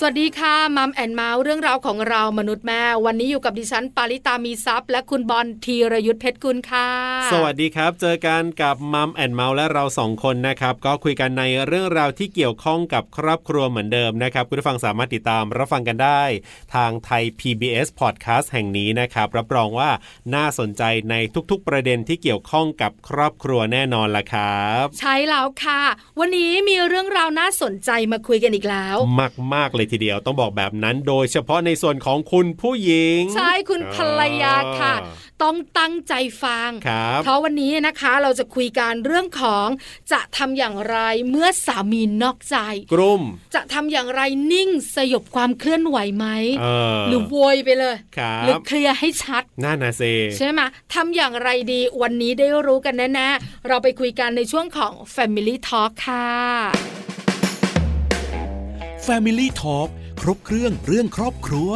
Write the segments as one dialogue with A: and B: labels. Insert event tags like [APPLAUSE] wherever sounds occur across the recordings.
A: สวัสดีค่ะมัมแอนเมาส์เรื่องราวของเรามนุษย์แม่ วันนี้อยู่กับดิฉัน ปาริตามีซัพย์ และคุณบอลธีรยุทธเพชรกุลค่ะ
B: สวัสดีครับ เจอกันกับมัมแอนเมาส์และเราสองคนนะครับ ก็คุยกันในเรื่องราวที่เกี่ยวข้องกับครอบครัวเหมือนเดิมนะครับ คุณผู้ฟังสามารถติดตามรับฟังกันได้ ทางไทย PBS Podcast แห่งนี้นะครับ รับรองว่าน่าสนใจในทุกๆประเด็นที่เกี่ยวข้องกับครอบครัวแน่นอนละครับ
A: ใช่แล้วค่ะ วันนี้มีเรื่องราวน่าสนใจมาคุยกันอีกแล้ว
B: มาก ๆ เลยทีเดียวต้องบอกแบบนั้น โดยเฉพาะในส่วนของคุณผู้หญิง
A: ใช่คุณภรรยาค่ะ ต้องตั้งใจฟัง
B: ครับ
A: เพราะวันนี้นะคะเราจะคุยกันเรื่องของจะทำอย่างไรเมื่อสามีนอกใจ
B: กลุ่ม
A: จะทำอย่างไรนิ่งสยบความเคลื่อนไหวไหม
B: เออ
A: หรือโวยไปเลย
B: ครั
A: หรือบ เคลียร์ให้ชัด
B: น่านาเซ
A: ใช่ไหมทำอย่างไรดีวันนี้ได้รู้กันแน่ๆ เราไปคุยกันในช่วงของ Family Talk ค่ะ
C: Family Talk ครบเครื่องเรื่องครอบครัว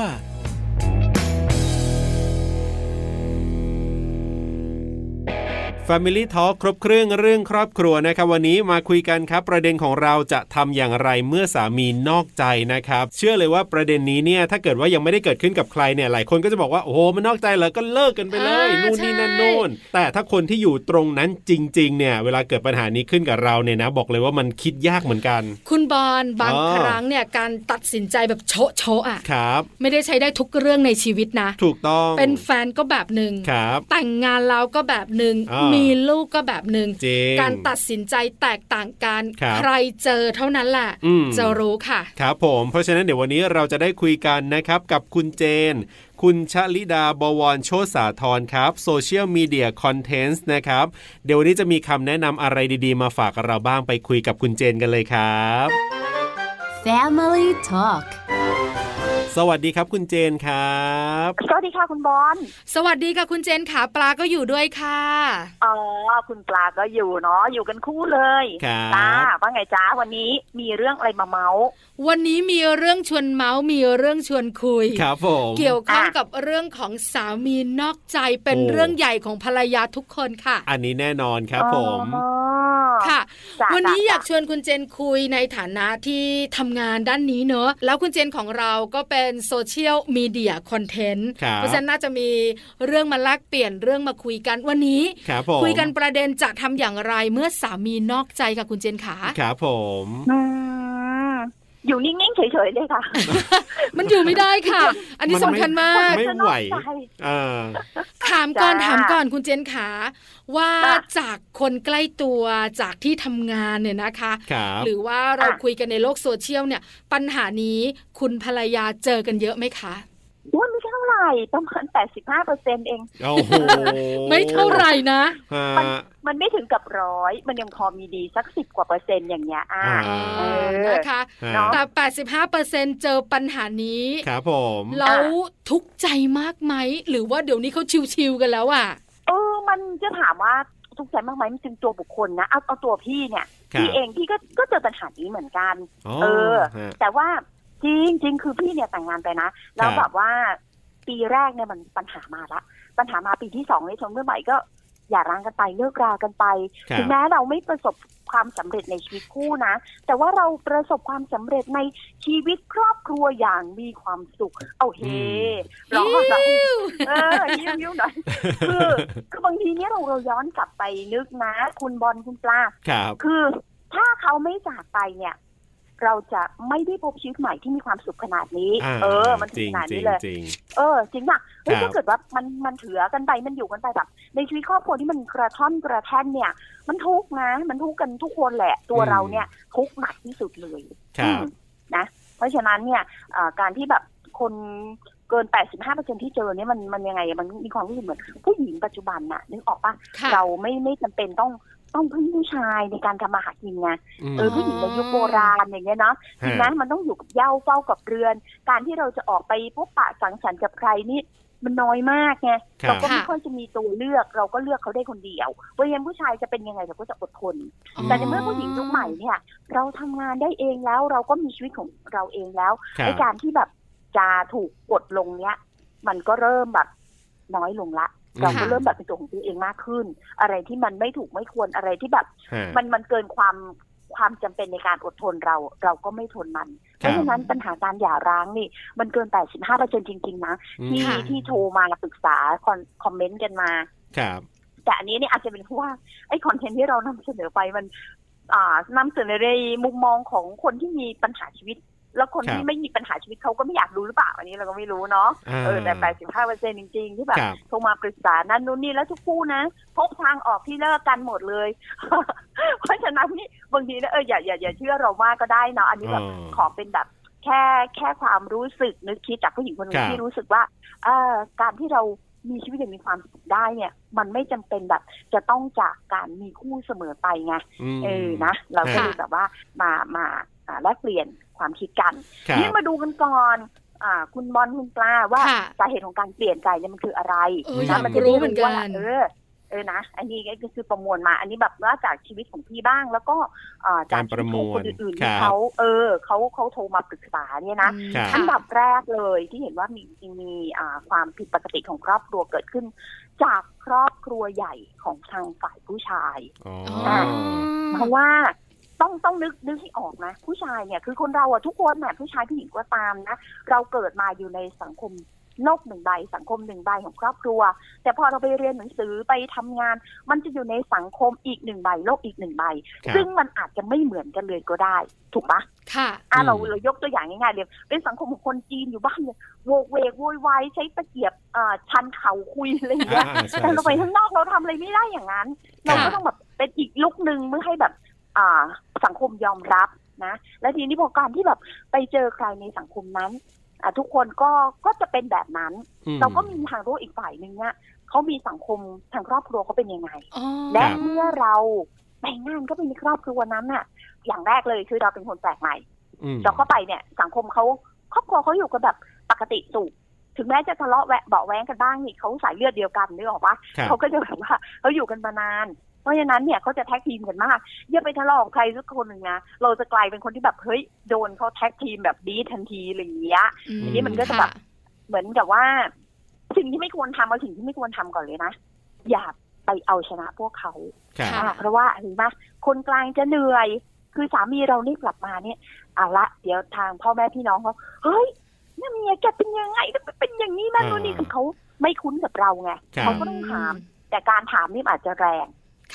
B: Family Talk ครบเครื่องเรื่องครอบครัวนะครับ วันนี้มาคุยกันครับ ประเด็นของเราจะทำอย่างไรเมื่อสามีนอกใจนะครับ เชื่อเลยว่าประเด็นนี้เนี่ยถ้าเกิดว่ายังไม่ได้เกิดขึ้นกับใครเนี่ยหลายคนก็จะบอกว่าโอ้โหมันนอกใจเหรอก็เลิกกันไปเลย
A: อ่านู่
B: นู่นนี่นั่น
A: ใช่
B: นู่นแต่ถ้าคนที่อยู่ตรงนั้นจริง ๆ เนี่ย เวลาเกิดปัญหานี้ขึ้นกับเราเนี่ยนะ บอกเลยว่ามันคิดยากเหมือนกัน
A: คุณบอลบาง
B: อ๋อ
A: ครั้งเนี่ยการตัดสินใจแบบโชะโชะๆอ่ะ
B: ครับ
A: ไม่ได้ใช้ได้ทุกเรื่องในชีวิตนะ
B: ถูกต้อง
A: เป็นแฟนก็แบบหนึ่ง
B: ครับ
A: แต่งงานแล้วก็แบบหนึ่ง
B: อ่ามี
A: มีลูกก็แบบหนึ่ง
B: เจง
A: การตัดสินใจแตกต่างกัน
B: ครับ
A: ใครเจอเท่านั้นแหละ
B: อืม
A: จะรู้ค่ะ
B: ครับผมเพราะฉะนั้นเดี๋ยววันนี้เราจะได้คุยกันนะครับ กับคุณเจน คุณชลิดาบวรโชติสาธรครับโซเชียลมีเดียคอนเทนต์นะครับ เดี๋ยววันนี้จะมีคำแนะนำอะไรดีๆ มาฝากเราบ้างไปคุยกับคุณเจนกันเลยครับ
D: Family Talk
B: สวัสดีครับคุณเจนครับ
E: สวัสดีค่ะคุณบอล
A: สวัสดีค่ะคุณเจนขาปลาก็อยู่ด้วยค่ะ
E: อ๋อ คุณปลาก็อยู่เนาะ อยู่กันคู่เลย
B: ครั
E: จ้า
B: บ
E: ว่าไงจ้าวันนี้มีเรื่องอะไรมาเมาส์
A: วันนี้มีเรื่องชวนเมาส์มีเรื่องชวนคุย
B: ครับผม
A: เกี่ยวข้อง
E: อ่ะ
A: กับเรื่องของสามีนอกใจเป็นเรื่องใหญ่ของภรรยาทุกคนค่ะ
B: อันนี้แน่นอนครับผม
E: อ๋อ
A: ค่ะ
E: จ้ะ
A: วันนี้
E: จ้ะ
A: อยากชวนคุณเจนคุยในฐานะที่ทำงานด้านนี้เนอะแล้วคุณเจนของเราก็เป็นโซเชียลมีเดียคอนเทนต์
B: ครับ
A: เพราะฉะนั้นน่าจะมีเรื่องมาแลกเปลี่ยนเรื่องมาคุยกันวันนี้
B: ครับผม
A: คุยกันประเด็นจะทำอย่างไรเมื่อสามีนอกใจค่ะคุณเจนขา
B: ครับผม
E: อืมอยู่นิ่ง ๆ เฉย ๆ เลยค่ะ
A: มันอยู่ไม่ได้ค่ะ อันนี้สำคัญมาก
B: ไม่ไหว
E: จะนอกใจ
B: อ่า
A: ถามก่อน
E: จ้า
A: ถามก่อนคุณเจนขา ว่า
E: จ้ะ
A: จากคนใกล้ตัวจากที่ทำงานเนี่ยนะคะ
B: ครับ
A: หรือว่าเราคุยกันในโลกโซเชียลเนี่ย ปัญหานี้คุณภรรยาเจอกันเยอะไหมคะ
E: ว่าไม่เท่าไหร่ประมาณ 85เปอร์เซ็นเอง
B: โอ้โห
A: ไม่เท่าไหร่นะ
B: ฮะ
E: มันไม่ถึงกับร้อย มันยังพอมีดีสักสิบกว่าเปอร์เซ็นต์อย่างเงี้ย อ่า
B: อ่า
A: อ่านะคะ
B: ฮะ
E: เนาะ
A: แต่ 85%เจอปัญหานี้
B: ครับผม
A: แล้วทุกข์ใจมากไหม หรือว่าเดี๋ยวนี้เขาชิวๆกันแล้วอ่ะ
E: เออ มันจะถามว่าทุกข์ใจมากไหมมันเป็นตัวบุคคลนะ เอาเอาตัวพี่เนี่ย พี่
B: ครับ
E: เองพี่ก็ก็เจอปัญหานี้เหมือนกัน เออ
B: ฮะ
E: แต่ว่าจริงจริงคือพี่เนี่ยแต่งงานไปนะ แล้ว
B: ค
E: แบ
B: รับบ
E: ว่าปีแรกเนี่ยมันปัญหามาละ ปัญหามาปีที่สองในชมเมื่อใหม่ก็อย่าร้างกันไปเลิกรากันไป
B: ครับ
E: ถึงแม้เราไม่ประสบความสำเร็จในชีวิตคู่นะ แต่ว่าเราประสบความสำเร็จในชีวิตครอบครัวอย่างมีความสุข เอาเฮ
A: อืม
E: ร้องแบบ เออยิ้วๆหน่อย คือ คือบางทีเนี่ยเราเราย้อนกลับไปนึกนะ คุณบอลคุณปลา
B: ครับ
E: คือถ้าเขาไม่จากไปเนี่ย เราจะไม่ได้พบชีวิตใหม่ที่มีความสุขขนาดนี้
B: อ่า
E: เออ มัน
B: จ
E: ถึง
B: ริง
E: ขนาด
B: จริ
E: นี้
B: ง
E: เลย
B: จริง
E: เออจริงป่ะเฮ้
B: ค
E: ย
B: รับ
E: ถ้าเกิดว่ามันมันเถือกันไปมันอยู่กันไปแบบ ในชีวิตครอบครัวที่มันกระท่อนกระแท่นเนี่ย มันทุกข์นะ มันทุกข์กันทุกคนแหละ ตัวเราเนี่ยทุกข์หนักที่สุดเลย
B: ครับ
E: อืมนะ เพราะฉะนั้นเนี่ยเอ่อการที่แบบคนเกิน 85%ที่เจอเนี่ยมันมันยังไงอะมันมีความรู้สึกเหมือนผู้หญิงปัจจุบันน่ะนึกออกปะ
A: ค่ะ
E: เราไม่ไม่จำเป็นต้องต้องพึ่งผู้ชายในการทำมาหากินไงเออ
A: ม
E: ผู้หญิงในยุคโบราณอย่างเงี้ยเนาะ
B: ฮะ
E: ดังนั้นมันต้องอยู่กับเหย้าเฝ้ากับเรือน การที่เราจะออกไปพบปะสังสรรค์กับใครนี่มันน้อยมากไง
B: ครับ
E: เราก็ไม่ค่อยจะมีตัวเลือกเราก็เลือกเขาได้คนเดียวเพราะฉะนั้นผู้ชายจะเป็นยังไงเราก็จะอดทน แต่ในเมื่อผู้หญิงยุคใหม่เนี่ย เราทำงานได้เองแล้วเราก็มีชีวิตของเราเองแล้ว
B: ครั
E: ไอบ การที่แบบจะถูกกดลงเนี้ย มันก็เริ่มแบบน้อยลงละ
B: อืม
E: เราก็เริ่มแบบเป็นตัวของตัวเองมากขึ้น อะไรที่มันไม่ถูกไม่ควรอะไรที่แบบ
B: ฮะ
E: มันมันเกินความความจำเป็นในการอดทนเรา เราก็ไม่ทนมัน เพ
B: ครับ
E: ราะฉะนั้นปัญหาการหย่าร้างนี่ มันเกิน 85%จริง ๆ นะที่
A: ค่ะ
E: ที่โทรมาปรึกษาคอนคอมเมนต์กันมา
B: ครับ
E: แต่อันนี้เนี่ยอาจจะเป็นเพราะว่าไอ้คอนเทนต์ที่เรานำเสนอไปมัน อ่านำเสนอในมุมมองของคนที่มีปัญหาชีวิต แล้วคน
B: ครับ
E: ที่ไม่มีปัญหาชีวิตเขาก็ไม่อยากรู้หรือเปล่าอันนี้เราก็ไม่รู้เนาะ
B: อ่า
E: เออแต่ 85เปอร์เซ็นจริง ๆ ที่แบบ
B: ครับ
E: โทรมาปรึกษานั่นนู่นนี่แล้วทุกคู่นะพบทางออกที่เลิกกันหมดเลย [LAUGHS] เพราะฉะนั้นนี่บางทีนะเอออย่าอย่าอย่าเชื่อเรามากก็ได้เนาะอันนี้แบบ
B: อ๋อ
E: ขอเป็นแบบแค่แค่ความรู้สึกนึกคิดจากผู้หญิงคนหนึ
B: ครับ
E: งที่รู้สึกว่าเอ่อการที่เรามีชีวิตอย่างมีความสุขได้เนี่ย มันไม่จำเป็นแบบ จะต้องจากการมีคู่เสมอไปไง
B: ม
E: เออนะเราก็
B: ค่ะ
E: เลยแบบว่ามามาอ่าแลกเปลี่ยนความคิดกัน
B: ครั
E: นี่
B: บ
E: มาดูกันก่อนอ่าคุณบอลคุณปลาว่า
A: ค่ะ
E: สาเหตุของการเปลี่ยนใจเนี่ยมันคืออะไร
A: เออ
B: อ
E: นะ
B: ยาก
E: จะ
A: รู้เหมือนกัน
E: ว่าเออเออนะอันนี้ก็คือประมวลมา อันนี้แบบว่าจากชีวิตของพี่บ้างแล้วก็เอ่อจากชีวิตของคนอื่นๆที่เขาเออเขาเขาโทรมาปรึกษาเนี่ยนะ
A: อืม
B: ครับ
E: อัน
A: ค่ะ
E: ดับแรกเลยที่เห็นว่ามีมีอ่าความผิดปกติของครอบครัวเกิดขึ้น จากครอบครัวใหญ่ของทางฝ่ายผู้ชาย
B: อ๋อ
A: อ๋อ
E: เพราะว่าต้องต้องนึกนึกให้ออกนะ ผู้ชายเนี่ยคือคนเราอะทุกคนแหละผู้ชายผู้หญิงก็ตามนะ เราเกิดมาอยู่ในสังคมโลกหนึ่งใบ สังคมหนึ่งใบของครอบครัว แต่พอเราไปเรียนหนังสือไปทำงาน มันจะอยู่ในสังคมอีกหนึ่งใบโลกอีกหนึ่งใบ
B: ครับ
E: ซึ่งมันอาจจะไม่เหมือนกันเลยก็ได้ ถูกปะ
A: ค่ะ
E: อ่ะเรา
B: อืม
E: เรายกตัวอย่างง่ายๆเลยเป็นสังคมของคนจีนอยู่บ้านเนี่ยโวกเวกโวยวายใช้ตะเกียบเอ่อชันเข่าคุยอะไรอย่างเงี้ย
B: อ่าใช่
E: แต่เราไป
B: ใช่
E: ข้างนอกเราทำอะไรไม่ได้อย่างนั้น เราก็ต้องแบบเป็นอีกลุกหนึ่งเมื่อให้แบบอ่าสังคมยอมรับนะ และทีนี้พอการที่แบบไปเจอใครในสังคมนั้นอ่ะทุกคนก็ก็จะเป็นแบบนั้น
B: อืม
E: เราก็มีทางรู้อีกฝ่ายหนึ่งเนี่ยเขามีสังคมทางครอบครัวเขาเป็นยังไง
A: อ๋อ
E: และ
B: ครับ
E: เมื่อเราแต่งงานก็เป็นครอบครัวนั้นน่ะ อย่างแรกเลยคือเราเป็นคนแปลกใหม่
B: อืม
E: เราเข้าไปเนี่ยสังคมเขาครอบครัวเขาอยู่กันแบบปกติสุขถึงแม้จะทะเลาะแวะเบาะแว้งกันบ้างนี่เขาสายเลือดเดียวกันนึกออกปะ
B: ครับ
E: เขาก็จะแบบว่าเขาอยู่กันมานาน เพราะฉะนั้นเนี่ยเขาจะแท็กทีมกันมากอย่าไปทะเลาะกับใครสักคนหนึ่งนะเราจะกลายเป็นคนที่แบบเฮ้ยโดนเขาแท็กทีมแบบดีทันทีอะไรอย่างเงี้ย
B: อันนี้
E: นี้มันก็จะแบบ เหมือนกับว่า สิ่งที่ไม่ควรทำเอาสิ่งที่ไม่ควรทำก่อนเลยนะอย่าไปเอาชนะพวกเขา
B: ครับ
A: ค่ะ
E: อ่าเพราะว่าเห็นไหมคนกลางจะเหนื่อย คือสามีเรานี่กลับมาเนี่ยเอาละเดี๋ยวทางพ่อแม่พี่น้องเขาเฮ้ยนี่เมียแกเป็นยังไงเป็นอย่างนี้นั่น
B: อ่า
E: นู่นนี่คือเขาไม่คุ้นกับเราไง
B: ครับ
E: เขาก็ต้องถาม แต่การถามนี่อาจจะแรง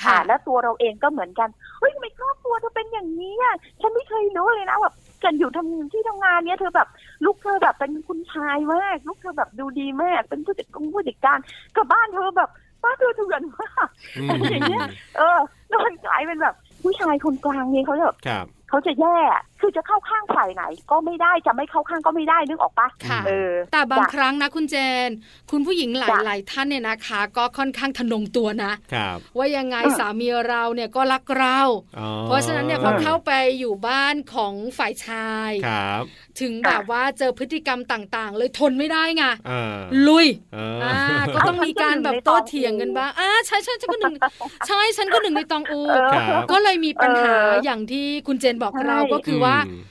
A: ค่ะ
E: อ่าแล้วตัวเราเองก็เหมือนกันเฮ้ยทำไมครอบครัวเธอเป็นอย่างนี้อ่ะฉันไม่เคยรู้เลยนะแบบกันอยู่ทำที่ทำงานเนี้ยเธอแบบลูกเธอแบบเป็นคุณชายมากลูกเธอแบบดูดีมาก เป็นผู้จัดกงผู้จัดการกับบ้านเธอแบบบ้านเธอเถื่อนมาก
B: อืม
E: อย่างเงี้ย เออแล้วมันกลายเป็นแบบ ผู้ชายคนกลางเนี่ยเขาจะแบบ
B: ครับ
E: เขาจะแย่อะคือจะเข้าข้างฝ่ายไหน ก็ไม่ได้จะไม่เข้าข้างก็ไม่ได้นึกออกปะ
A: ค่ะ
E: เออ
A: แต่บาง
E: จ้ะ
A: ครั้งนะคุณเจน คุณผู้หญิงหลาย
E: จ้ะ
A: หลายท่านเนี่ยนะคะ ก็ค่อนข้างทะนงตัวนะ
B: ครับ
A: ว่ายังไง
E: เออ
A: สามีเราเนี่ยก็รักเรา
B: อ๋อ
A: เพราะฉะนั้นเนี่ยพอเข้าไปอยู่บ้านของฝ่ายชาย
B: ครับ
A: ถึงแบบว่าเจอพฤติกรรมต่างๆ เลยทนไม่ได้ไง
B: เออ
A: ลุย
B: เออ
A: อ่าก็ต้องมีการแบบโต้เถียงกัน
E: [LAUGHS]
A: บ้างอ่าใช่ใช่ฉันก็หนึ่งใช่ฉันก็หนึ่งในตองอู
E: เออ
B: ครับ
A: ก็เลยมีปัญหา
E: เอออ
A: อย่างที่คุณเจนบอก
E: ใช่
A: เราก็คือว่า
B: ม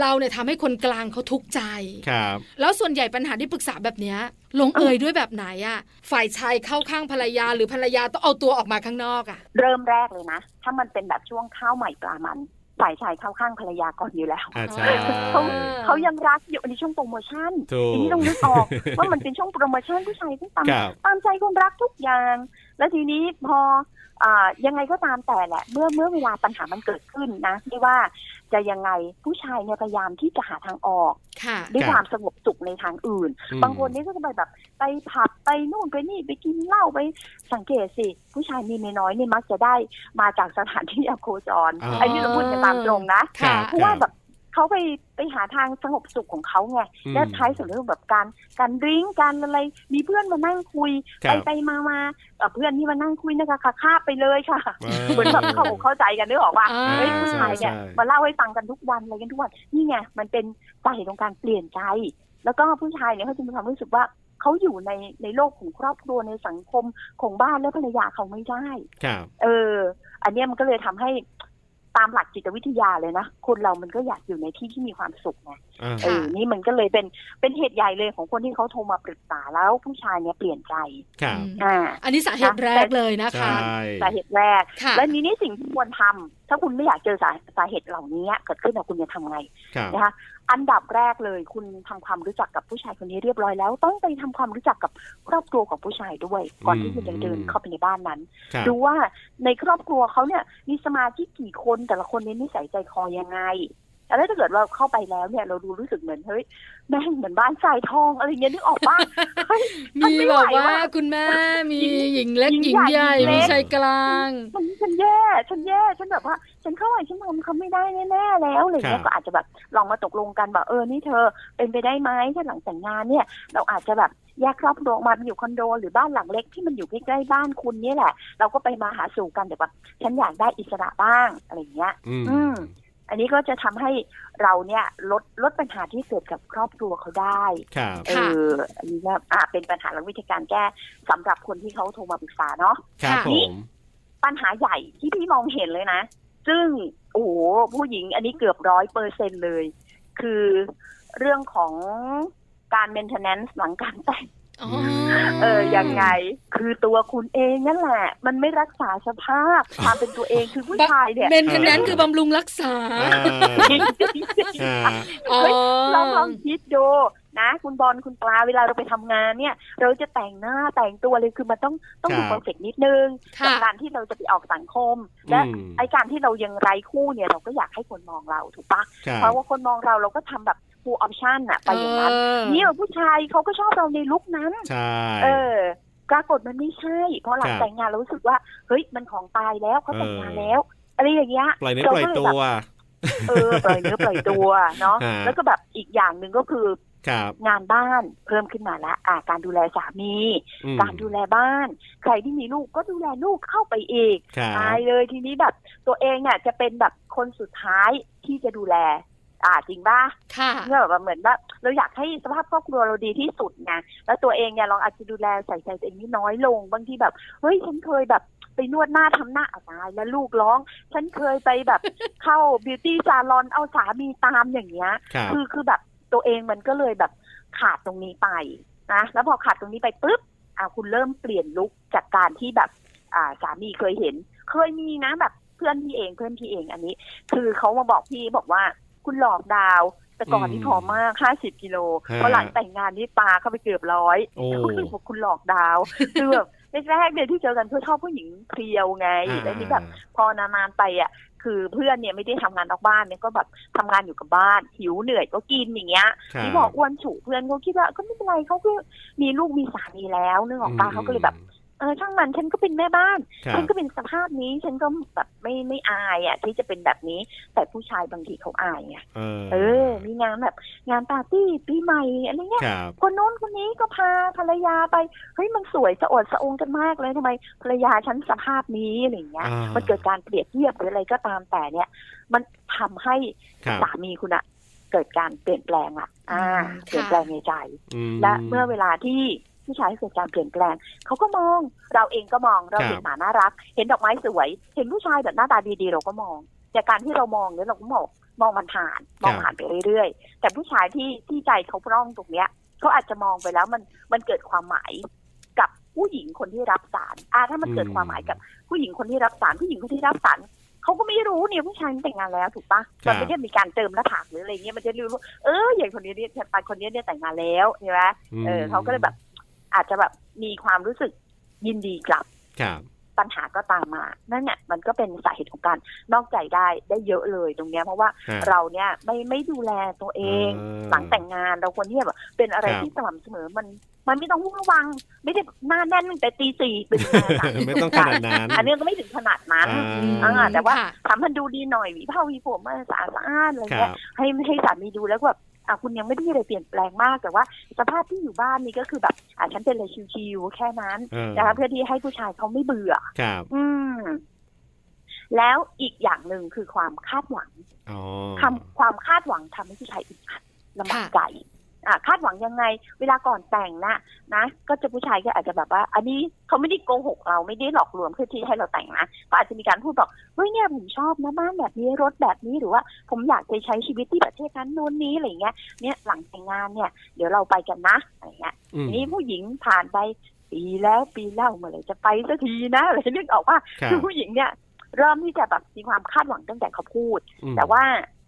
A: เราเนี่ยทำให้คนกลางเขาทุกข์ใจ
B: ครับ
A: แล้วส่วนใหญ่ปัญหาที่ปรึกษาแบบเนี้ยลงเอยด้วยแบบไหนอะฝ่ายชายเข้าข้างภรรยาหรือภรรยาต้องเอาตัวออกมาข้างนอกอะ
E: เริ่มแรกเลยนะ ถ้ามันเป็นแบบช่วงข้าวใหม่ปลามัน ฝ่ายชายเข้าข้างภรรยาก่อนอยู่แล้ว
B: อาใช่
E: เขา เขายังรักอยู่ในช่วงโปรโมชั่น
B: ถูก
E: ทีนี้ต้องนึกออกว่ามันเป็นช่วงโปรโมชั่นผู้ชายต้องตาม
B: ครับ
E: ตามใจคนรักทุกอย่าง แล้วทีนี้พออายังไงก็ตามแต่แหละ เมื่อเมื่อเวลาปัญหามันเกิดขึ้นนะไม่ว่าจะยังไงผู้ชายเนี่ยพยายามที่จะหาทางออก
A: ค่ะ
E: ด้วย
B: ครับ
E: ความสงบสุขในทางอื่น
B: อืม
E: บางคนนี่ก็จะไปแบบไปผับไปนู่นไปนี่ไปกินเหล้าไปสังเกตสิ ผู้ชายมีเมียน้อยนี่มักจะได้มาจากสถานที่อโคจร
B: อ๋ออั
E: ไอ้นี่เราพูดกันตามตรงนะ
B: ครั
A: ค่ะ
B: บ
E: เพราะว่าแบบเขาไปไปหาทางสงบสุขของเขาไง
B: อืม
E: และท้ายสุดก็คือแบบการการดริ้งการอะไรมีเพื่อนมานั่งคุย
B: ครั
E: ไป
B: บ
E: ไปมามาเอ่อเพื่อนที่มานั่งคุยนะคะค่ะฆ่าไปเลยค่ะ
B: ออ
E: เหมือนแบบเขาเข้าใจกันนึกออกปะ
A: อ่า
E: เฮ้ยผู้ชายเนี่ย
B: ใช่ใช่
E: มาเล่าให้ฟังกันทุกวันอะไรกันทุกวันนี่ไงมันเป็นสาเหตุของการเปลี่ยนใจ แล้วก็ผู้ชายเนี่ยเขาจะมีความรู้สึกว่าเขาอยู่ในในโลกของครอบครัวในสังคมของบ้านและภรรยาเขาไม่ได้
B: ครับ
E: เออ อันเนี้ยมันก็เลยทำให้ ตามหลักจิตวิทยาเลยนะคนเรามันก็อยากอยู่ในที่ที่มีความสุขไง
B: อ่า
E: เออนี่มันก็เลยเป็นเป็นเหตุใหญ่เลยของคนที่เขาโทรมาปรึกษาแล้วผู้ชายเนี่ยเปลี่ยนใจ
B: ครับ
A: อืม
E: อ่า
A: อันนี้สาเหตุแรกเลยนะคะ
B: ใช่
E: สาเหตุแรก
A: ค่ะ
E: และนี้นี่สิ่งที่ควรทำถ้าคุณไม่อยากเจอสาสาเหตุเหล่านี้เกิดขึ้นนะคุณจะทำไง
B: ครับ
E: นะคะ อันดับแรกเลย คุณทำความรู้จักกับผู้ชายคนนี้เรียบร้อยแล้ว ต้องไปทำความรู้จักกับครอบครัวของผู้ชายด้วย ก่อนที่คุณจะเดินเข้าไปในบ้านนั้น
B: ครับ
E: ดูว่าในครอบครัวเขาเนี่ยมีสมาชิกกี่คนแต่ละคนเนี่ยนิสัยใจคอยังไงแล้วถ้าเกิดเราเข้าไปแล้วเนี่ยเราดูรู้สึกเหมือนเฮ้ยแม่งเหมือนบ้านทรายทองอะไรเงี้ยนึกออกปะเฮ้ย มั
A: มี
E: นไม่
A: แบบ
E: ไหว
A: ว่า
E: ว่ะ
A: คุณแม่มีหญิงเล็กห
E: หญิ
A: ญิง
E: ง
A: ให
E: ใหญ่
A: ญ่
E: หญิงเล็
A: มี
E: ก
A: ชายกลาง
E: มันฉันแย่ ฉันแย่ ฉันแบบว่า ฉันเข้าไปฉันทำเขาไม่ได้แน่ๆแล้วอะไรเงี้ย
B: ค่ะ
E: ก็อาจจะแบบลองมาตกลงกันแบบเออนี่เธอเป็นไปได้ไหมถ้าหลังแต่งงานเนี่ย เราอาจจะแบบแยกครอบครัวออกมาไปอยู่คอนโด หรือบ้านหลังเล็กที่มันอยู่ใกล้ๆบ้านคุณเนี่ยแหละ เราก็ไปมาหาสู่กันแต่แบบฉันอยากได้อิสระบ้างอะไรเงี้ย
B: อืม
E: อืม อันนี้ก็จะทำให้เราเนี่ยลดลดปัญหาที่เกิดกับครอบครัวเขาได้
B: ครับ
E: เอ
A: ค่ะ
E: ออันนี้ก็อ่ะเป็นปัญหาและวิธีการแก้สำหรับคนที่เขาโทรมาปรึกษาเนาะ
B: ครับ
A: ค่ะ
B: ผม
E: ปัญหาใหญ่ที่พี่มองเห็นเลยนะ ซึ่งโอ้โหผู้หญิงอันนี้เกือบร้อยเปอร์เซ็นเลย คือเรื่องของการ maintenance หลังการแต่ง
A: อ๋อ
E: เออยังไง คือตัวคุณเองนั่นแหละ มันไม่รักษาสภาพความเป็นตัวเองคือผู้ชาย
A: [LAUGHS]
E: เนี่ย
A: เมนเทนแนน
B: เออ
A: คือบำรุงรักษา
B: อ่า
E: [LAUGHS]
B: อ่า
A: อ๋อ
E: ลองลองคิดดูนะ คุณบอลคุณปลาเวลาเราไปทำงานเนี่ย เราจะแต่งหน้าแต่งตัวเลยคือมันต้องต้อง
B: ค
E: ดู
B: รับ
E: เพอร์เฟกนิดนึง
A: ค่ะ
E: กับการที่เราจะไปออกสังคมและ
B: อืม
E: ไอการที่เรายังไร้คู่เนี่ยเราก็อยากให้คนมองเราถูกปะ
B: ครับ
E: เพราะว่าคนมองเราเราก็ทำแบบ full option อะไปอย่างนั้นนี่เราผู้ชายเขาก็ชอบเราในลุคนั้น
B: ใช่
E: เออปรากฏมันไม่ใช่ เพราะหลัง
B: ครับ
E: แต่งงานเรารู้สึกว่า เฮ้ยมันของตายแล้วเขาแต่งงาน
B: เออ
E: แล้วอะไรอย่างเงี้ย
B: ปล่อยเนื้อป
E: รา
B: ล่อย
E: ก็เล
B: ตั
E: แบบ
B: ว
E: เออปล่อยเนื้อปล่อยตัวเนาะ
B: ฮะ
E: แล้วก็แบบอีกอย่างหนึ่งก็คือ
B: ครับ
E: งานบ้านเพิ่มขึ้นมาละอ่ะการดูแลสามี
B: อืม
E: การดูแลบ้าน ใครที่มีลูกก็ดูแลลูกเข้าไปอีก
B: ครั
E: ตาย
B: บ
E: เลยทีนี้แบบตัวเองเนี่ยจะเป็นแบบคนสุดท้ายที่จะดูแล อ่าจริงป่ะ
A: ค่ะ
E: เพื่อแบบว่าเหมือนว่าเราอยากให้สภาพครอบครัวเราดีที่สุดนะแล้วตัวเองเนี่ยลองอาจจะดูแลใส่ใจตัวเองนี่น้อยลง บางทีแบบเฮ้ยฉันเคยแบบไปนวดหน้าทำหน้าอ่ะตายแล้วลูกร้อง ฉันเคยไปแบบ เข้าบิวตี้ซาลอนเอาสามีตามอย่างเงี้ย
B: ครับ
E: คือคือแบบตัวเองมันก็เลยแบบขาดตรงนี้ไปนะแล้วพอขาดตรงนี้ไปปุ๊บอ่าคุณเริ่มเปลี่ยนลุกจากการที่แบบ อ่าสามีเคยเห็น เคยมีนะแบบเพื่อนพี่เองเพื่อนพี่เองอันนี้ คือเขามาบอกพี่บอกว่า คุณหลอกดาว แต่ก่อนนี่
B: อืม
E: ผอมมากห้าสิบกิโล
B: ฮะ
E: พอหลังแต่งงานนี่ปลาเข้าไปเกือบร้อย
B: โอ้
E: คุณบอกคุณหลอกดาวคือแบบแรกๆเนี่ยที่เจอกันเพื่อชอบผู้หญิงเพรียวไง
B: อ่า
E: แล้วนี่แบบ พอนานๆไปอ่ะ คือเพื่อนเนี่ยไม่ได้ทำงานนอกบ้านเนี่ยก็แบบทำงานอยู่กับบ้าน หิวเหนื่อยก็กินอย่างเงี้ย
B: ครับ
E: นี่บอกอ้วนฉุเพื่อนเขาคิดว่าก็ไม่เป็นไรเขาก็มีลูกมีสามีแล้วนึกออกปะเขาก็เลยแบบเออช่างมันฉันก็เป็นแม่บ้าน
B: ครับ
E: ฉันก็เป็นสภาพนี้ฉันก็แบบไม่ไม่อายอ่ะที่จะเป็นแบบนี้ แต่ผู้ชายบางทีเขาอายไง
B: เออ
E: เออ มีงานแบบงานปาร์ตี้ปีใหม่อะไรเงี้ย
B: ครับ
E: คนโน้นคนนี้ก็พาภรรยาไปเฮ้ยมันสวยสะอดสะองกันมากเลยทำไมภรรยาฉันสภาพนี้อะไรอย่างเงี้ย
B: อ่ามั
E: มันเกิดการเปรียบเทียบหรืออะไรก็ตามแต่เนี่ย มันทำให้
B: ครับ
E: สามีคุณอะเกิดการเปลี่ยนแปลงอะอ่า
A: อืมค่ะ
E: เปลี่ยนแปลงในใจ
B: อืม
E: และเมื่อเวลาที่ผู้ชายเกิดการเปลี่ยนแปลงเขาก็มองเราเองก็มองเรา
B: ครับ
E: เห็นหมาน่ารัก เห็นดอกไม้สวย เห็นผู้ชายแบบหน้าตาดีๆ เราก็มองจากการที่เรามองเนี่ยเราก็มองมองมันผ่านมองผ่านไปเรื่อยๆ แต่ผู้ชายที่ที่ใจเขาพร่องตรงเนี้ยเขาอาจจะมองไปแล้วมันมันเกิดความหมายกับผู้หญิงคนที่รับสารอ่าถ้ามันเกิดความหมายกับผู้หญิงคนที่รับสารผู้หญิงคนที่รับสารเขาก็ไม่รู้เนี่ยผู้ชายมันแต่งงานแล้วถูกปะมันไม่ได้มีการเติมหน้าผากหรืออะไรเงี้ยมันจะรู้ว่าเอออย่างคนนี้เนี่ยไปคนนี้เนี่ยแต่งงานแล้วใช่ไหม
B: ม
E: เออเขาก็เลยแบบ อาจจะแบบมีความรู้สึกยินดีกลับ
B: ครับ
E: ปัญหาก็ตามมา นั่นเนี่ยมันก็เป็นสาเหตุของการนอกใจได้ได้เยอะเลยตรงเนี้ยเพราะว่า
B: ฮะ
E: เราเนี่ยไม่ไม่ดูแลตัวเอง
B: อ่า
E: หลังแต่งงานเราควรที่จะแบบเป็นอะไร
B: ครับ
E: ที่สม่ำเสมอมัน มันไม่ต้องวุ่นวัง ไม่ได้หน้าแน่นแต่ตีสี่เป็นงานอะ
B: [LAUGHS] ไม่ต้องขนาดนั้น
E: อันนี้ก็ไม่ถึงขนาดนั้น
B: อ่า
E: อ่าแต่ว่า
A: ค่ะ
E: ทำมันดูดีหน่อยหวีผ้าหวีผมมาสะอาดสะอ้านอะไร
B: ครั
E: เงี้ย
B: บ
E: ให้ให้สามีดูแล้วก็แบบอ่ะคุณยังไม่ได้มีอะไรเปลี่ยนแปลงมากแต่ว่าสภาพที่อยู่บ้านนี่ก็คือแบบอ่ะฉันเป็นอะไรชิวๆแค่นั้น
B: เออ
E: นะคะเพื่อที่ให้ผู้ชายเขาไม่เบื่อ
B: ครับ
E: อืม แล้วอีกอย่างหนึ่งคือความคาดหวัง
B: อ๋อ
E: ทำความคาดหวังทำให้ผู้ชายอึดอัดลำบากใจอ่ะคาดหวังยังไง เวลาก่อนแต่งนะนะก็จะผู้ชายก็อาจจะแบบว่า อันนี้เขาไม่ได้โกหกเราไม่ได้หลอกลวงเพื่อที่ให้เราแต่งนะก็อาจจะมีการพูดบอกเฮ้ย ฮ้ยเนี่ยผมชอบนะบ้านแบบนี้รถแบบนี้หรือว่า ผมอยากไปใช้ชีวิตที่ประเทศนั้นนู้นนี้อะไรเงี้ยเนี่ยหลังแต่งงานเนี่ยเดี๋ยวเราไปกันนะอะไรเงี้ย
B: อืม
E: ทีนี้ผู้หญิงผ่านไปปีแล้วปีเล่าเมื่อไหร่จะไปสักทีนะอะไรนึกออกว่า
B: ครับ
E: คือผู้หญิงเนี่ย เริ่มที่จะแบบมีความคาดหวังตั้งแต่เขาพูด
B: อืม
E: แต่ว่า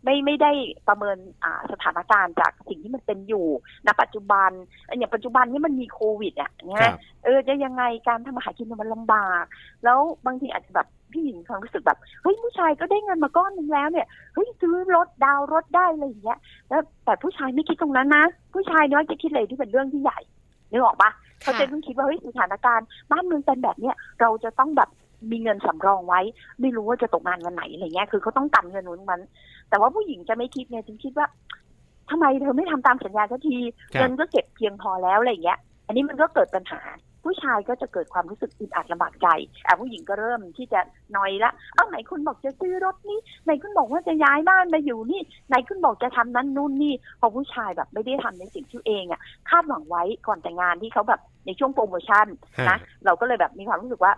E: ไม่ไม่ได้ประเมินอ่าสถานการณ์จากสิ่งที่มันเป็นอยู่ณปัจจุบันอย่างปัจจุบันนี่มันมีโควิดอ่ะเนี่
B: ค
E: ย
B: รับ
E: เออจะยังไงการทำมาหากินมันลำบาก แล้วบางทีอาจจะแบบพี่หญิงความรู้สึกแบบเฮ้ยผู้ชายก็ได้เงินมาก้อนหนึงแล้วเนี่ยเฮ้ยซื้อรถดาวน์รถได้อะไรอย่างเงี้ยแล้วแต่ผู้ชายไม่คิดตรงนั้นนะ ผู้ชายน้อยจะคิดเลยที่เป็นเรื่องที่ใหญ่นึกออกปะเขาจะต้องคิดว่าเฮ้ยสถานการณ์บ้านเมืองเป็นแบบเนี้ยเราจะต้องแบบมีเงินสำรองไว้ ไม่รู้ว่าจะตกงานวันไหนอะไรเงี้ยคือเขาต้องกันเงินนู้นมัน แต่ว่าผู้หญิงจะไม่คิดไงจึงคิดว่าทำไมเธอไม่ทำตามสัญญาสักที
B: ครับ
E: เงินก็เก็บเพียงพอแล้วอะไรอย่างเงี้ย อันนี้มันก็เกิดปัญหา ผู้ชายก็จะเกิดความรู้สึกอึดอัดลำบากใจอ่ะผู้หญิงก็เริ่มที่จะนอยละ เอ้าไหนคุณบอกจะซื้อรถนี่ไหนคุณบอกว่าจะย้ายบ้านมาอยู่นี่ไหนคุณบอกจะทำนั้นนู่นนี่พอผู้ชายแบบไม่ได้ทำในสิ่งที่ตัวเองอ่ะคาดหวังไว้ก่อนแต่งงานที่เขาแบบในช่วงโปรโมชั่นนะ
B: ฮะ
E: เราก็เลยแบบมีความรู้สึกว่า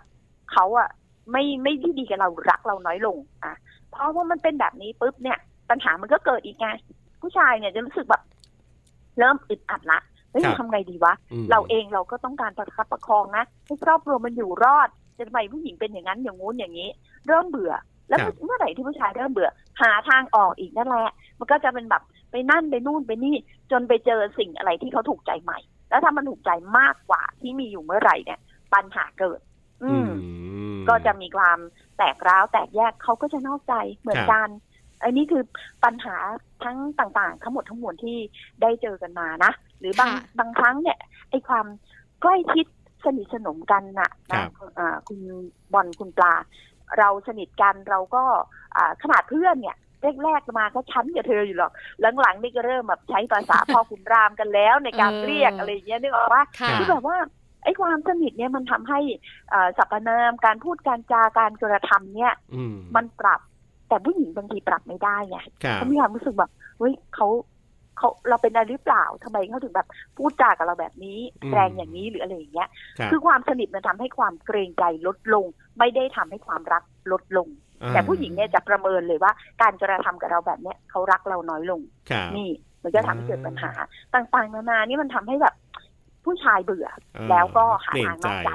E: เขาอ่ะไม่ไม่ได้ดีกับเรารักเราน้อยลงอ่ะเพราะว่ามันเป็นแบบนี้ปุ๊บเนี่ย ปัญหามันก็เกิดอีกไงผู้ชายเนี่ยจะรู้สึกแบบเริ่มอึดอัดละเฮ้ย
B: ครับ
E: ทำไงดีวะ
B: อืม
E: เราเองเราก็ต้องการประคับประคองนะให้ครอบครัวมันอยู่รอดจะทำไมผู้หญิงเป็นอย่างนั้นอย่างงู้นอย่างนี้ เริ่มเบื่อ แล้ว
B: ครับ
E: เมื่อไหร่ที่ผู้ชายเริ่มเบื่อ หาทางออกอีกนั่นแหละมันก็จะเป็นแบบไปนั่นไปนู่นไปนี่ จนไปเจอสิ่งอะไรที่เขาถูกใจใหม่ แล้วถ้ามันถูกใจมากกว่าที่มีอยู่เมื่อไหร่เนี่ย ปัญหาเกิด อื
B: อื
E: ม
B: ม
E: ก็จะมีความแตกร้าวแตกแยกเขาก็จะนอกใจเหมือนกัน อันนี้คือปัญหาทั้งต่างๆ ทั้งหมดทั้งมวลที่ได้เจอกันมานะ หรือบาง
A: ค่ะ
E: บางครั้งเนี่ยไอ้ความใกล้ชิดสนิทสนมกันนะครับ นะอ่าคุณบอลคุณปลา เราสนิทกันเราก็อ่าขนาดเพื่อนเนี่ยแรกๆมาก็ชั้นกับเธออยู่หรอกหลังๆนี่ก็เริ่มแบบใช้ภาษา พ่อคุณรามกันแล้วในการเรียกอะไรอย่างเงี้ยนึกออกว่า
A: ค่ะ
E: คือแบบว่าไอ้ความสนิทเนี่ยมันทำให้เอ่อสรรพนามการพูดการจาการกระทำเนี่ย
B: อืม
E: มันปรับ แต่ผู้หญิงบางทีปรับไม่ได้ไง
B: ครับ
E: เขามีความรู้สึกแบบเฮ้ยเขาเขาเราเป็นอะไรหรือเปล่าทำไมเขาถึงแบบพูดจากับเราแบบนี้ แรงอย่างนี้หรืออะไรอย่างเงี้ย
B: ครับ
E: คือความสนิทมันทำให้ความเกรงใจลดลง ไม่ได้ทำให้ความรักลดลง
B: า
E: แต่ผู้หญิงเนี่ยจะประเมินเลยว่า การกระทำกับเราแบบเนี้ยเขารักเราน้อยลง
B: ครับ
E: นี่มันก็ทำให้เกิดปัญหาต่างๆนานานี่มันทำให้แบบผู้ชายเบื่อ
B: เออ
E: แล้วก็หาทาง
B: เปลี่
E: นอย
B: น
E: ก
B: ใจ
E: ใจ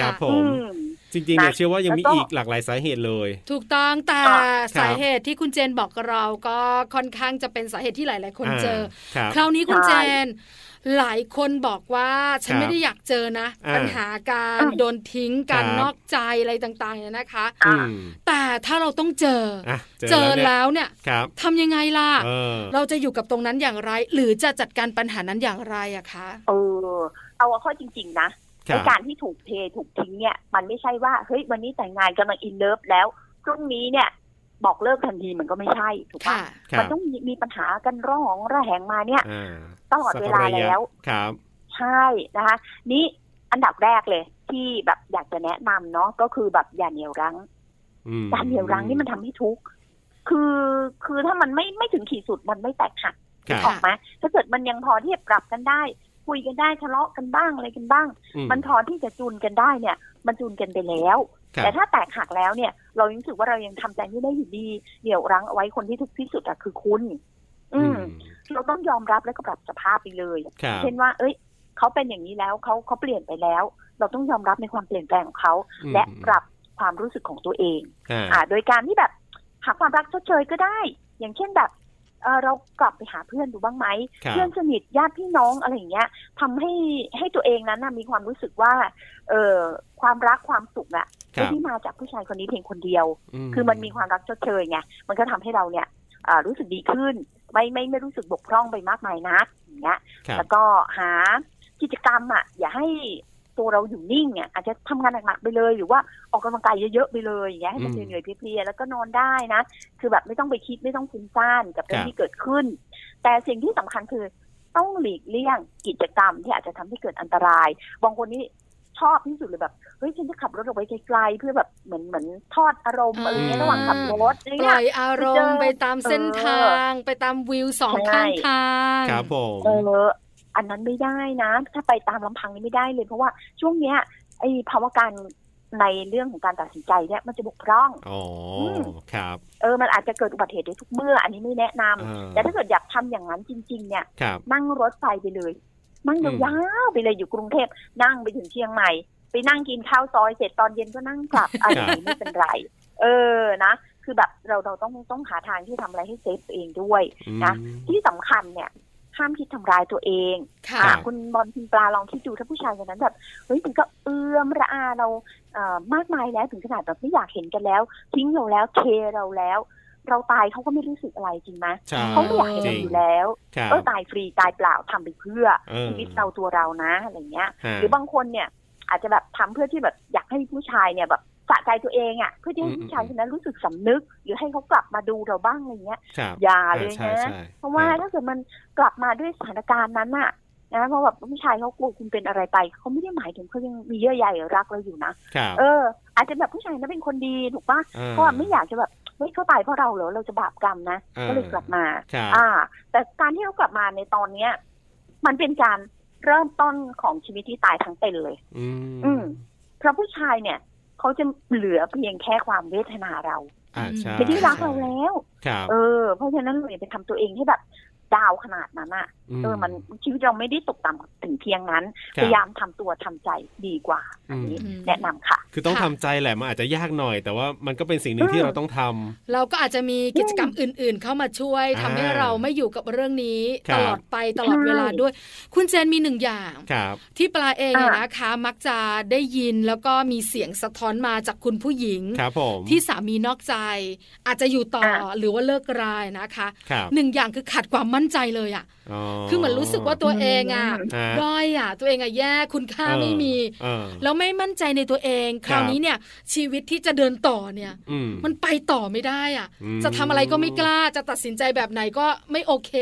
B: ครับผ
E: อื
B: ม
E: ม
B: จริงๆเนี่ย
E: นะ
B: เชื่อว่ายังมี
E: แล้วก็
B: อีกหลากหลายสาเหตุเลย
A: ถูกต้องแต่
E: อ่ะ
A: สาเหตุที่คุณเจนบอกกับเราก็ค่อนข้างจะเป็นสาเหตุที่หลาย ๆ คนเจอ
B: ครับ
A: คราวนี้คุณ
E: ใช่
A: เจน หลายคนบอกว่าฉัน
B: ครับ
A: ไม่ได้อยากเจอนะ
B: อ่า
A: ปัญหาการ
E: อ่า
A: โดนทิ้งการ
B: ครับ
A: นอกใจอะไรต่างๆเนี่ยนะคะ
E: อ่ะ
B: อืม
A: แต่ถ้าเราต้องเจออ
B: อ่ะเจอ
A: เจอ
B: แล้วเนี่ย
A: แล้วเนี่ย
B: ครับ
A: ทำยังไงล่ะ
B: เออ
A: เราจะอยู่กับตรงนั้นอย่างไร หรือจะจัดการปัญหานั้นอย่างไรอะคะ
E: เออเอาข้อจริง ๆ นะ
B: ครั
E: ไอบ การที่ถูกเทถูกทิ้งเนี่ย มันไม่ใช่ว่าเฮ้ยวันนี้แต่งงานกำลังอินเลิฟแล้วพรุ่งนี้เนี่ย บอกเลิกทันทีมันก็ไม่ใช่ถูกปะ
A: ค่ะ
B: ครั
E: มัน
B: บ
E: ต้องมีมีปัญหากันร้องระแหงมาเนี่ย
B: อ่า
E: ตลอดเวลา
B: สักระยะ
E: แล้ว
B: ครับ
E: ใช่นะคะ นี่อันดับแรกเลย ที่แบบอยากจะแนะนำเนาะก็คือแบบอย่าเหนี่ยวรั้ง
B: อืม
E: การเหนี่ยวรั้งนี่มันทำให้ทุกข์ คือ คือถ้ามันไม่ไม่ถึงขีดสุดมันไม่แตกหัก
B: ครั
E: อ
B: บอก
E: ไหมถ้าเกิดมันยังพอที่จะปรับกันได้ คุยกันได้ทะเลาะกันบ้างอะไรกันบ้าง
B: อื
E: มันพอที่จะจูนกันได้เนี่ย มันจูนกันไปแล้ว
B: ครับ
E: แต่ถ้าแตกหักแล้วเนี่ย เรายังรู้สึกว่าเรายังทำใจไม่ได้อยู่ดีเหนี่ยวรั้งเอาไว้คนที่ทุกข์ที่สุดอะคือคุณ อืม เราต้องยอมรับแล้วก็ปรับสภาพไปเลย
B: ครับ
E: เช่นว่า เอ้ยเขาเป็นอย่างนี้แล้วเขาเขาเปลี่ยนไปแล้ว เราต้องยอมรับในความเปลี่ยนแปลงของเขา
B: อืม
E: และปรับความรู้สึกของตัวเอง
B: อ่า
E: อ่าโดยการที่แบบหาความรักชดเชยก็ได้ อย่างเช่นแบบเอ่อเรากลับไปหาเพื่อนดูบ้างไหม
B: ครับ
E: เพื่อนสนิทญาติพี่น้องอะไรอย่างเงี้ยทำให้ให้ตัวเองนั้นนะมีความรู้สึกว่า เออความรักความสุขอะ
B: ครั
E: ไม่
B: บ
E: ได้มาจากผู้ชายคนนี้เพียงคนเดียว คือมันมีความรักชดเชยไงมันก็ทำให้เราเนี่ยเอ่อรู้สึกดีขึ้น ไม่ไม่ไม่รู้สึกบกพร่องไปมากมายนักอย่างเงี้ย
B: ครับ
E: แล้วก็หากิจกรรมอ่ะอย่าให้ตัวเราอยู่นิ่งอ่ะอาจจะทำงานหนักๆไปเลย หรือว่าออกกำลังกายเยอะๆไปเลยอย่างเงี้ยให้มัน
B: อืม
E: เหนื่อยๆเพลียๆแล้วก็นอนได้นะ คือแบบไม่ต้องไปคิดไม่ต้องฟุ้งซ่านกับเรื่อง
B: ครับ
E: ที่เกิดขึ้น แต่สิ่งที่สำคัญคือต้องหลีกเลี่ยงกิจกรรมที่อาจจะทำให้เกิดอันตรายบางคนนี่ชอบที่สุดเลยแบบเฮ้ยฉันจะขับรถออกไปไกลๆเพื่อแบบเหมือนเหมือนทอดอารมณ์อะไรเงี้ยระหว่างขับรถอะไร
A: ป
E: เนี่
A: ล่
E: ย
A: อยอารมณ์ไปตามเส้นทาง ไปตามวิวสอง
E: ใช่
A: ข้างทาง
B: ครับผม
E: เอออันนั้นไม่ได้นะ ถ้าไปตามลำพังนี่ไม่ได้เลย เพราะว่าช่วงเนี้ยไอ้ภาวะการ ในเรื่องของการตัดสินใจเนี่ยมันจะบกพร่อง
B: อ๋อ
E: ม
B: ครับ
E: เออมันอาจจะเกิดอุบัติเหตุได้ทุกเมื่อ อันนี้ไม่แนะนำ
B: เออ
E: แต่ถ้าเกิดอยากทำอย่างนั้นจริง ๆ เนี่ย
B: ครับ
E: นั่งรถไฟไปเลย นั่ง
B: อื
E: ยาม วๆไปเลยอยู่กรุงเทพนั่งไปถึงเชียงใหม่ ไปนั่งกินข้าวซอยเสร็จตอนเย็นก็นั่งก [LAUGHS] ลับอะไรอย่างนี้ไม่เป็นไร เออนะ คือแบบเราเราต้องต้องหาทางที่ทำอะไรให้เซฟตัวเองด้วย
B: อืม
E: นะ ที่สำคัญเนี่ยห้ามคิดทำร้ายตัวเอง
A: ค่ะ
B: รั
E: อ่ะ
B: บ
E: คุณบอลพิมปลาลองคิดดูถ้าผู้ชายคนนั้นแบบเฮ้ยมันก็เอื้อมระอาเราเอ่อมากมายแล้วถึงขนาดแบบไม่อยากเห็นกันแล้ว ทิ้งเราแล้วเทเราแล้ว เราตายเขาก็ไม่รู้สึกอะไรจริงไหม
B: ใช่
E: เขาไม่อยากเห็น
B: จริ
E: เรา
B: ง
E: อยู่แล้ว
B: ครับ
E: เออตายฟรีตายเปล่าทำไปเพื่อ
B: เออ
E: ชีวิตเราตัวเรานะอะไรเงี้ย
B: ฮะ
E: หรือบางคนเนี่ย อาจจะแบบทำเพื่อที่แบบอยากให้ผู้ชายเนี่ยแบบสะใจตัวเองอ่ะเพื่อที่ให้
B: อืม
E: ผู้ชายคนนั้นรู้สึกสำนึก หรือให้เขากลับมาดูเราบ้างอะไรเงี้ย
B: ครับ
E: อย่า
B: อ่า
E: เลย
B: ใช่
E: นะ
B: ใช่
E: เพราะว่า
B: คบ
E: ถ้าเกิดมันกลับมาด้วยสถานการณ์นั้นน่ะนะเพราะแบบผู้ชายเขากลัวคุณเป็นอะไรไปเขาไม่ได้หมายถึงเขายังมีเยื่อใยรักเราอยู่นะครับเออ อาจจะแบบผู้ชายนั้นเป็นคนดีถูกปะ
B: อ่
E: ก็ไม่อยากจะแบบเฮ้ยเขาตายเพราะเราเหรอเราจะบาปกรรมนะ
B: อ่
E: ก็เลยกลับมา
B: ครับ
E: อ่า แต่การที่เขากลับมาในตอนเนี้ย มันเป็นการเริ่มต้นของชีวิตที่ตายทั้งเป็นเลย
B: อืม
E: อืม เพราะผู้ชายเนี่ยเขาจะเหลือเพียงแค่ความเวทนาเรา
B: อ่าใช่
E: ไม่ได้รักเราแล้ว
B: ครับ
E: เออเพราะฉะนั้นเราอย่าไปทำตัวเองให้แบบดาวขนาดนั้นอ่ะเออมันชีวิตเราไม่ได้ตกต่ำถึงเพียงนั้น
B: ครับ
E: พยายามทำตัวทำใจดีกว่าอันนี้
A: อืม
E: แนะนำค่ะ
B: คือต้อง
A: ค่ะ
B: ทำใจแหละมันอาจจะยากหน่อย แต่ว่ามันก็เป็นสิ่งหนึ่งที่
E: อืม
B: เราต้องทำ
A: เราก็อาจจะมีกิจกรรมอื่น ๆ เข้ามาช่วยทำให้
B: อ่า
A: เราไม่อยู่กับเรื่องนี้
B: ครั
A: ต
B: บ
A: ลอดไปตลอดเวลาด้วย คุณเจนมีหนึ่งอย่าง
B: ครับ
A: ที่ปลาเองอะ
E: อ่ะ
A: นะคะ มักจะได้ยินแล้วก็มีเสียงสะท้อนมาจากคุณผู้หญิง
B: ครับผม
A: ที่สามีนอกใจ อาจจะอยู่ต่อ
E: อ่ะ
A: หรือว่าเลิกรายนะคะ
B: ครับ
A: หนึ่งอย่างคือขาดความมั่นใจเลยอะคือเหมือนรู้สึกว่าตัวเองอะ
B: ฮะ
A: ด้อยอะตัวเองอะแย่คุณค่าไม่มี
B: เออ
A: แล้วไม่มั่นใจในตัวเอง คราว
B: ครับ
A: นี้เนี่ย ชีวิตที่จะเดินต่อเนี่ย
B: อืม
A: มันไปต่อไม่ได้อะ
B: อืม
A: จะทำอะไรก็ไม่กล้า จะตัดสินใจแบบไหนก็ไม่โอเค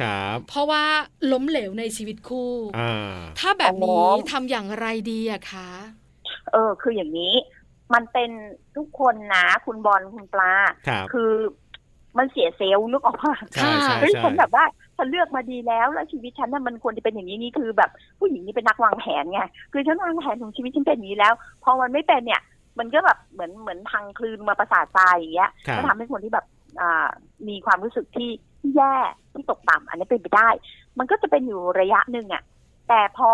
B: ครับ
A: เพราะว่าล้มเหลวในชีวิตคู่
B: อ่า
A: ถ้าแบบน
E: อ๋
A: ี้
E: อ
A: ทำอย่างไรดีอะคะ
E: เออ คืออย่างนี้ มันเป็นทุกคนนะ คุณบอลคุณปลา
B: ครับ
E: คือมันเสียเซลล์นึกออกป่ะ
B: ใช่ใช่
E: เฮ้ย
B: ใช่
E: ฉันแบบว่าฉันเลือกมาดีแล้วแล้วชีวิตฉันน่ะมันควรจะเป็นอย่างนี้นี่คือแบบผู้หญิงนี่เป็นนักวางแผนไงคือฉันวางแผนของชีวิตฉันเป็นอย่างนี้แล้วพอมันไม่เป็นเนี่ย มันก็แบบเหมือนเหมือนพังคลืนมาประสาทตายอย่างเงี้ย
B: ครับ
E: ก็ทำให้คนที่แบบอ่ามีความรู้สึกที่แย่ที่ตกต่ำอันนี้เป็นไปได้ มันก็จะเป็นอยู่ระยะหนึ่งอะ่ะ แต่พอ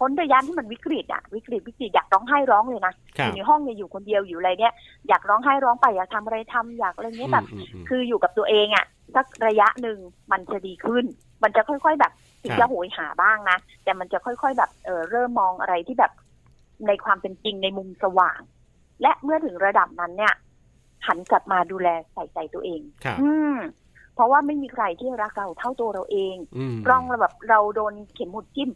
E: พ้นระยะที่มันวิกฤตอะ่ะ วิกฤตวิกฤตอยากร้องไห้ร้องเลยนะ
B: ค
E: อ
B: รับ
E: ยู่ในห้องเนี่ยอยู่คนเดียวอยู่อะไรเนี่ยอยากร้องไห้ร้องไปอยากทำอะไรทำอยากอะไรเงี้ยแบบ
B: อืมอืม
E: คืออยู่กับตัวเองอะ่ะสักระยะหนึ่งมันจะดีขึ้น มันจะค่อย ๆ แบบถึง
B: ครั
E: จะ
B: บ
E: โหยหาบ้างนะแต่มันจะค่อยๆแบบเออเริ่มมองอะไรที่แบบในความเป็นจริงในมุมสว่าง และเมื่อถึงระดับนั้นเนี่ย หันกลับมาดูแลใส่ใจตัวเอง
B: ครับ
E: อืม เพราะว่าไม่มีใครที่รักเราเท่าตัวเราเอง
B: ม
E: กล้องเราแบบเราโดนเข็มหมุดจิ้ม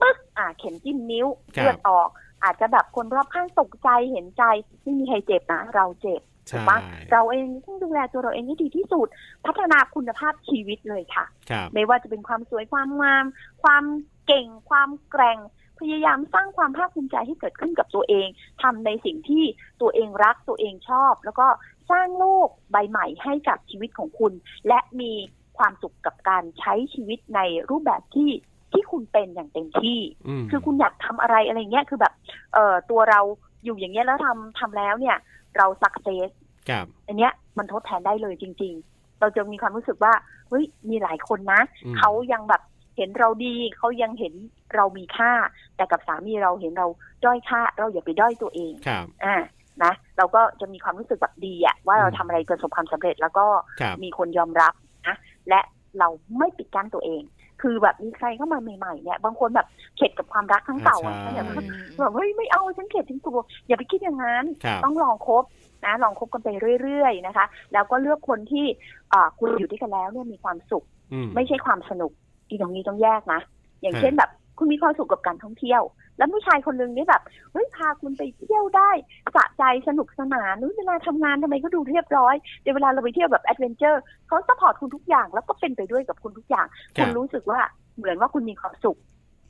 E: ปึ๊กอ่า เข็มจิ้มนิ้ว
B: ครับ
E: เลือดออก อาจจะแบบคนรอบข้างตกใจเห็นใจไม่มีใครเจ็บนะเราเจ็บ ถู
B: ใช่
E: กปะเราเองต้องดูแลตัวเราเองให้ดีที่สุด พัฒนาคุณภาพชีวิตเลยค่ะ
B: ครับ
E: ไม่ว่าจะเป็นความสวยความงาม ความเก่ง ความแกร่ง พยายามสร้างความภาคภูมิใจให้เกิดขึ้นกับตัวเองทำในสิ่งที่ตัวเองรักตัวเองชอบ แล้วก็สร้างโลกใบใหม่ให้กับชีวิตของคุณ และมีความสุขกับการใช้ชีวิตในรูปแบบที่ที่คุณเป็นอย่างเต็มที่
B: ม
E: คือคุณอยากทำอะไรอะไรเงี้ยคือแบบเอ่อตัวเราอยู่อย่างเงี้ยแล้วทำทำแล้วเนี่ย เราสักเซส
B: ครับ
E: อันเนี้ยมันทดแทนได้เลยจริง ๆ เราจะมีความรู้สึกว่าเฮ้ยมีหลายคนนะ
B: อืม
E: เขายังแบบเห็นเราดี เขายังเห็นเรามีค่า แต่กับสามีเราเห็นเราด้อยค่า เราอย่าไปด้อยตัวเอง
B: ครับ
E: อ่านะ เราก็จะมีความรู้สึกแบบดีอะว่าเรา
B: อืม
E: ทำอะไรประสบความสำเร็จแล้วก็
B: ครับ
E: มีคนยอมรับนะและเราไม่ปิดกั้นตัวเอง คือแบบมีใครเข้ามาใหม่ๆเนี่ยบางคนแบบเข็ดกับความรักครั้งเก่าอะ
B: ใช่
E: ฉันแบบ
B: อืม
E: แบบเฮ้ยไม่เอาฉันเข็ดจริงตัวอย่าไปคิดอย่างนั้น
B: ครับ
E: ต้องลองคบนะลองคบกันไปเรื่อยๆนะคะ แล้วก็เลือกคนที่เอ่อคุณอยู่ด้วยกันแล้วเนี่ยมีความสุข
B: อื
E: ไม่ใช่ความสนุกที่ตรงนี้ต้องแยกนะ อย่าง
B: ฮะ
E: เช่นแบบคุณมีความสุขกับการท่องเที่ยว แล้วผู้ชายคนหนึงนี่แบบเฮ้ยพาคุณไปเที่ยวได้สะใจสนุกสนานนู้ยเวลาทำงานทำไมก็ดูเรียบร้อยเดี๋ยวเวลาเราไปเที่ยวแบบแอดเวนเจอร์เขาสปอร์ตคุณทุกอย่างแล้วก็เป็นไปด้วยกับคุณทุกอย่าง คุณรู้สึกว่าเหมือนว่าคุณมีความสุข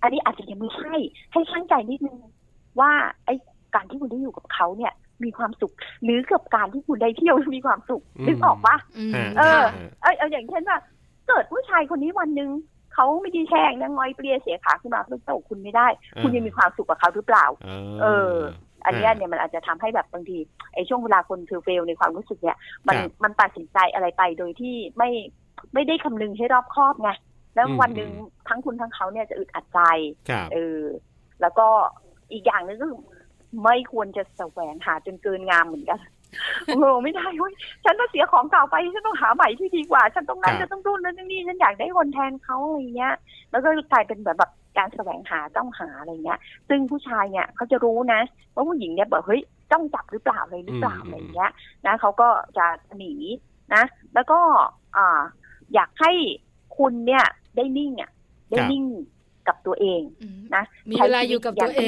E: อันนี้อาจจะยังไม่ใช่ ให้ช่างใจนิดนึงว่าไอ้การที่คุณได้อยู่กับเขาเนี่ย มีความสุข หรือกับการที่คุณได้เที่ยว [LAUGHS] มีความสุข
B: อืม
E: นึกออกปะ
A: อืม
B: ฮะ
E: เออ
A: ค่ะ
B: ฮะ
E: เอยเอาอย่างเช่นว่าเกิดผู้ชายคนนี้วันหนึ่งเขาไม่ดีแช่งนะงอยเปลียเสียขาขึ้นมาเพื่อโตคุณไม่ได้ คุณยังมีความสุขกับเขาหรือเปล่า
B: เออ
E: เออ อันเนี้ย
B: อ่า
E: เนี่ยมันอาจจะทำให้แบบบางทีไอ้ช่วงเวลาคนเทอร์เฟลในความรู้สึกเนี่ย มัน
B: ครับ
E: มันตัดสินใจอะไรไปโดยที่ไม่ไม่ได้คำนึงให้รอบคอบไงแล้ว
B: อืม
E: วันหนึ่งทั้งคุณทั้งเขาเนี่ยจะอึดอัดใจ
B: ครับ
E: เออแล้วก็อีกอย่างหนึงก็คือไม่ควรจะแสวงหาจนเกินงามเหมือน [LAUGHS] กัน โง่ไม่ได้เว้ยฉันต้องเสียของเก่าไป ฉันต้องหาใหม่ที่ดีกว่า ฉันต้องนั่นฉันต้องรุ่นนั้นนี่ฉันอยากได้คนแทนเขาอะไรเงี้ย แล้วก็กลายเป็นแบบแบบการแสวงหาต้องหาอะไรเงี้ย ซึ่งผู้ชายเนี่ยเขาจะรู้นะว่าผู้หญิงเนี่ยแบบเฮ้ยต้องจับหรือเปล่าอะไรหรือเปล่าอะไรเงี้ยนะเขาก็จะหนีนะ แล้วก็อ่าอยากให้คุณเนี่ยได้นิ่งอ่ะได้นิ่งกับตัวเอง
A: อืม
E: นะ
A: มีเวลาอยู่กับตัวเอ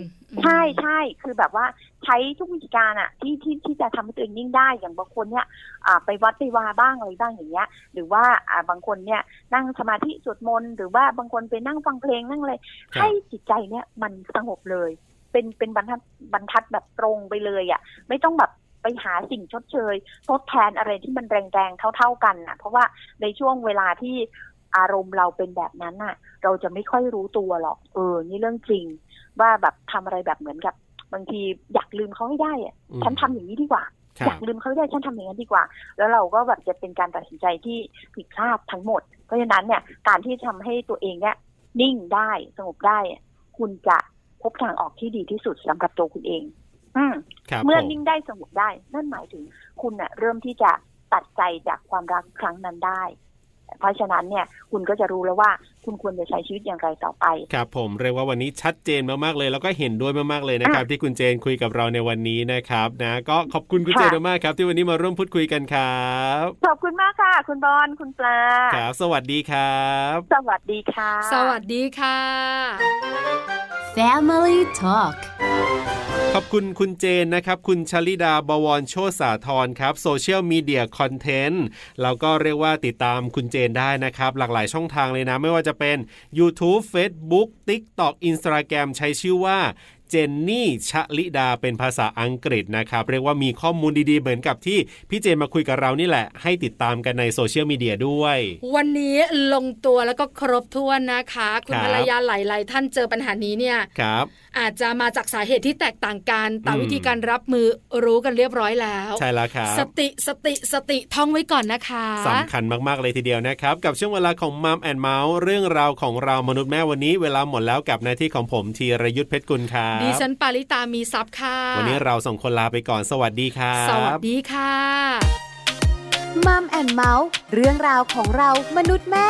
A: ง
E: ใช่ใช่คือแบบว่าใช้ทุกวิธีการอะที่ที่ที่จะทำให้ตัวเองนิ่งได้อย่างบางคนเนี่ยอ่าไปวัดไปวาบ้างอะไรบ้างอย่างเงี้ย หรือว่าอ่าบางคนเนี่ยนั่งสมาธิสวดมนต์หรือว่าบางคนไปนั่งฟังเพลงนั่งอะไร
B: ครั
E: ให้
B: บ
E: จิตใจเนี่ยมันสงบเลย เป็นเป็นบรรทัดบรรทัดแบบตรงไปเลยอะไม่ต้องแบบไปหาสิ่งชดเชยทดแทนอะไรที่มันแรงๆเท่า ๆกันอะเพราะว่าในช่วงเวลาที่อารมณ์เราเป็นแบบนั้นน่ะ เราจะไม่ค่อยรู้ตัวหรอกเออ นี่เรื่องจริง ว่าแบบทำอะไรแบบเหมือนกับบางทีอยากลืมเขาให้ได้อะ
B: อืม
E: ฉันทำอย่างนี้ดีกว่า
B: ค
E: อ
B: รั
E: ยา
B: บ
E: กลืมเขาให้ได้ฉันทำอย่างนั้นดีกว่า แล้วเราก็แบบจะเป็นการตัดสินใจที่ผิดพลาดทั้งหมด เพราะฉะนั้นเนี่ยการที่ทำให้ตัวเองเนี่ยนิ่งได้สงบได้อะคุณจะพบทางออกที่ดีที่สุดสำหรับตัวคุณเอง อืม
B: ครับ
E: เมื่อ
B: ผ
E: นิ่งได้สงบได้ นั่นหมายถึงคุณเน่ะเริ่มที่จะตัดใจจากความรักครั้งนั้นได้ เพราะฉะนั้นเนี่ย คุณก็จะรู้แล้วว่าคุณควรจะใช้ชีวิตอย่างไรต่อไป
B: ครับผมเรียกว่าวันนี้ชัดเจนมากๆเลย แล้วก็เห็นด้วยมากๆเลยนะครับ ที่คุณเจนคุยกับเราในวันนี้นะครับนะก็ขอบคุณคุณ
E: ค่ะ
B: เจนมากๆครับ ที่วันนี้มาร่วมพูดคุยกันครับ
E: ขอบคุณมากค่ะ คุณบอลคุณปลา
B: ครับ สวัสดีครับ
E: สวัสดีค่ะ
A: สวัสดีค่ะ
D: Family Talk
B: ขอบคุณคุณเจนนะครับ คุณชลิดาบวรโชติสาธรครับโซเชียลมีเดียคอนเทนต์แล้วก็เรียกว่าติดตามคุณเจนได้นะครับ หลากหลายช่องทางเลยนะ ไม่ว่าจะเป็น YouTube Facebook TikTok Instagram ใช้ชื่อว่าเจนนี่ชลิดาเป็นภาษาอังกฤษนะครับ เรียกว่ามีข้อมูลดีๆ เหมือนกับที่พี่เจนมาคุยกับเรานี่แหละ ให้ติดตามกันในโซเชียลมีเดียด้วย
A: วันนี้ลงตัวแล้วก็ครบถ้วนนะคะ คุณ
B: ครับ
A: ภรรยาหลายๆท่านเจอปัญหานี้เนี่ย
B: ครับ
A: อาจจะมาจากสาเหตุที่แตกต่างกันแต่
B: อืม
A: วิธีการรับมือรู้กันเรียบร้อยแล้ว
B: ใช่แล้วครับ
A: สติสติสติท่องไว้ก่อนนะคะ
B: สำคัญมาก ๆ เลยทีเดียวนะครับ กับช่วงเวลาของมัมแอนเมาส์เรื่องราวของเรามนุษย์แม่วันนี้ เวลาหมดแล้วกับหน้าที่ของผมธีรยุทธเพชรกุลครับ
A: ดิฉันปาริตามีซับค่ะ
B: วันนี้เราส่งคนลาไปก่อนสวัสดีครับ
A: สวัสดีค่ะ
D: มัมแอนเมาส์เรื่องราวของเรามนุษย์แม่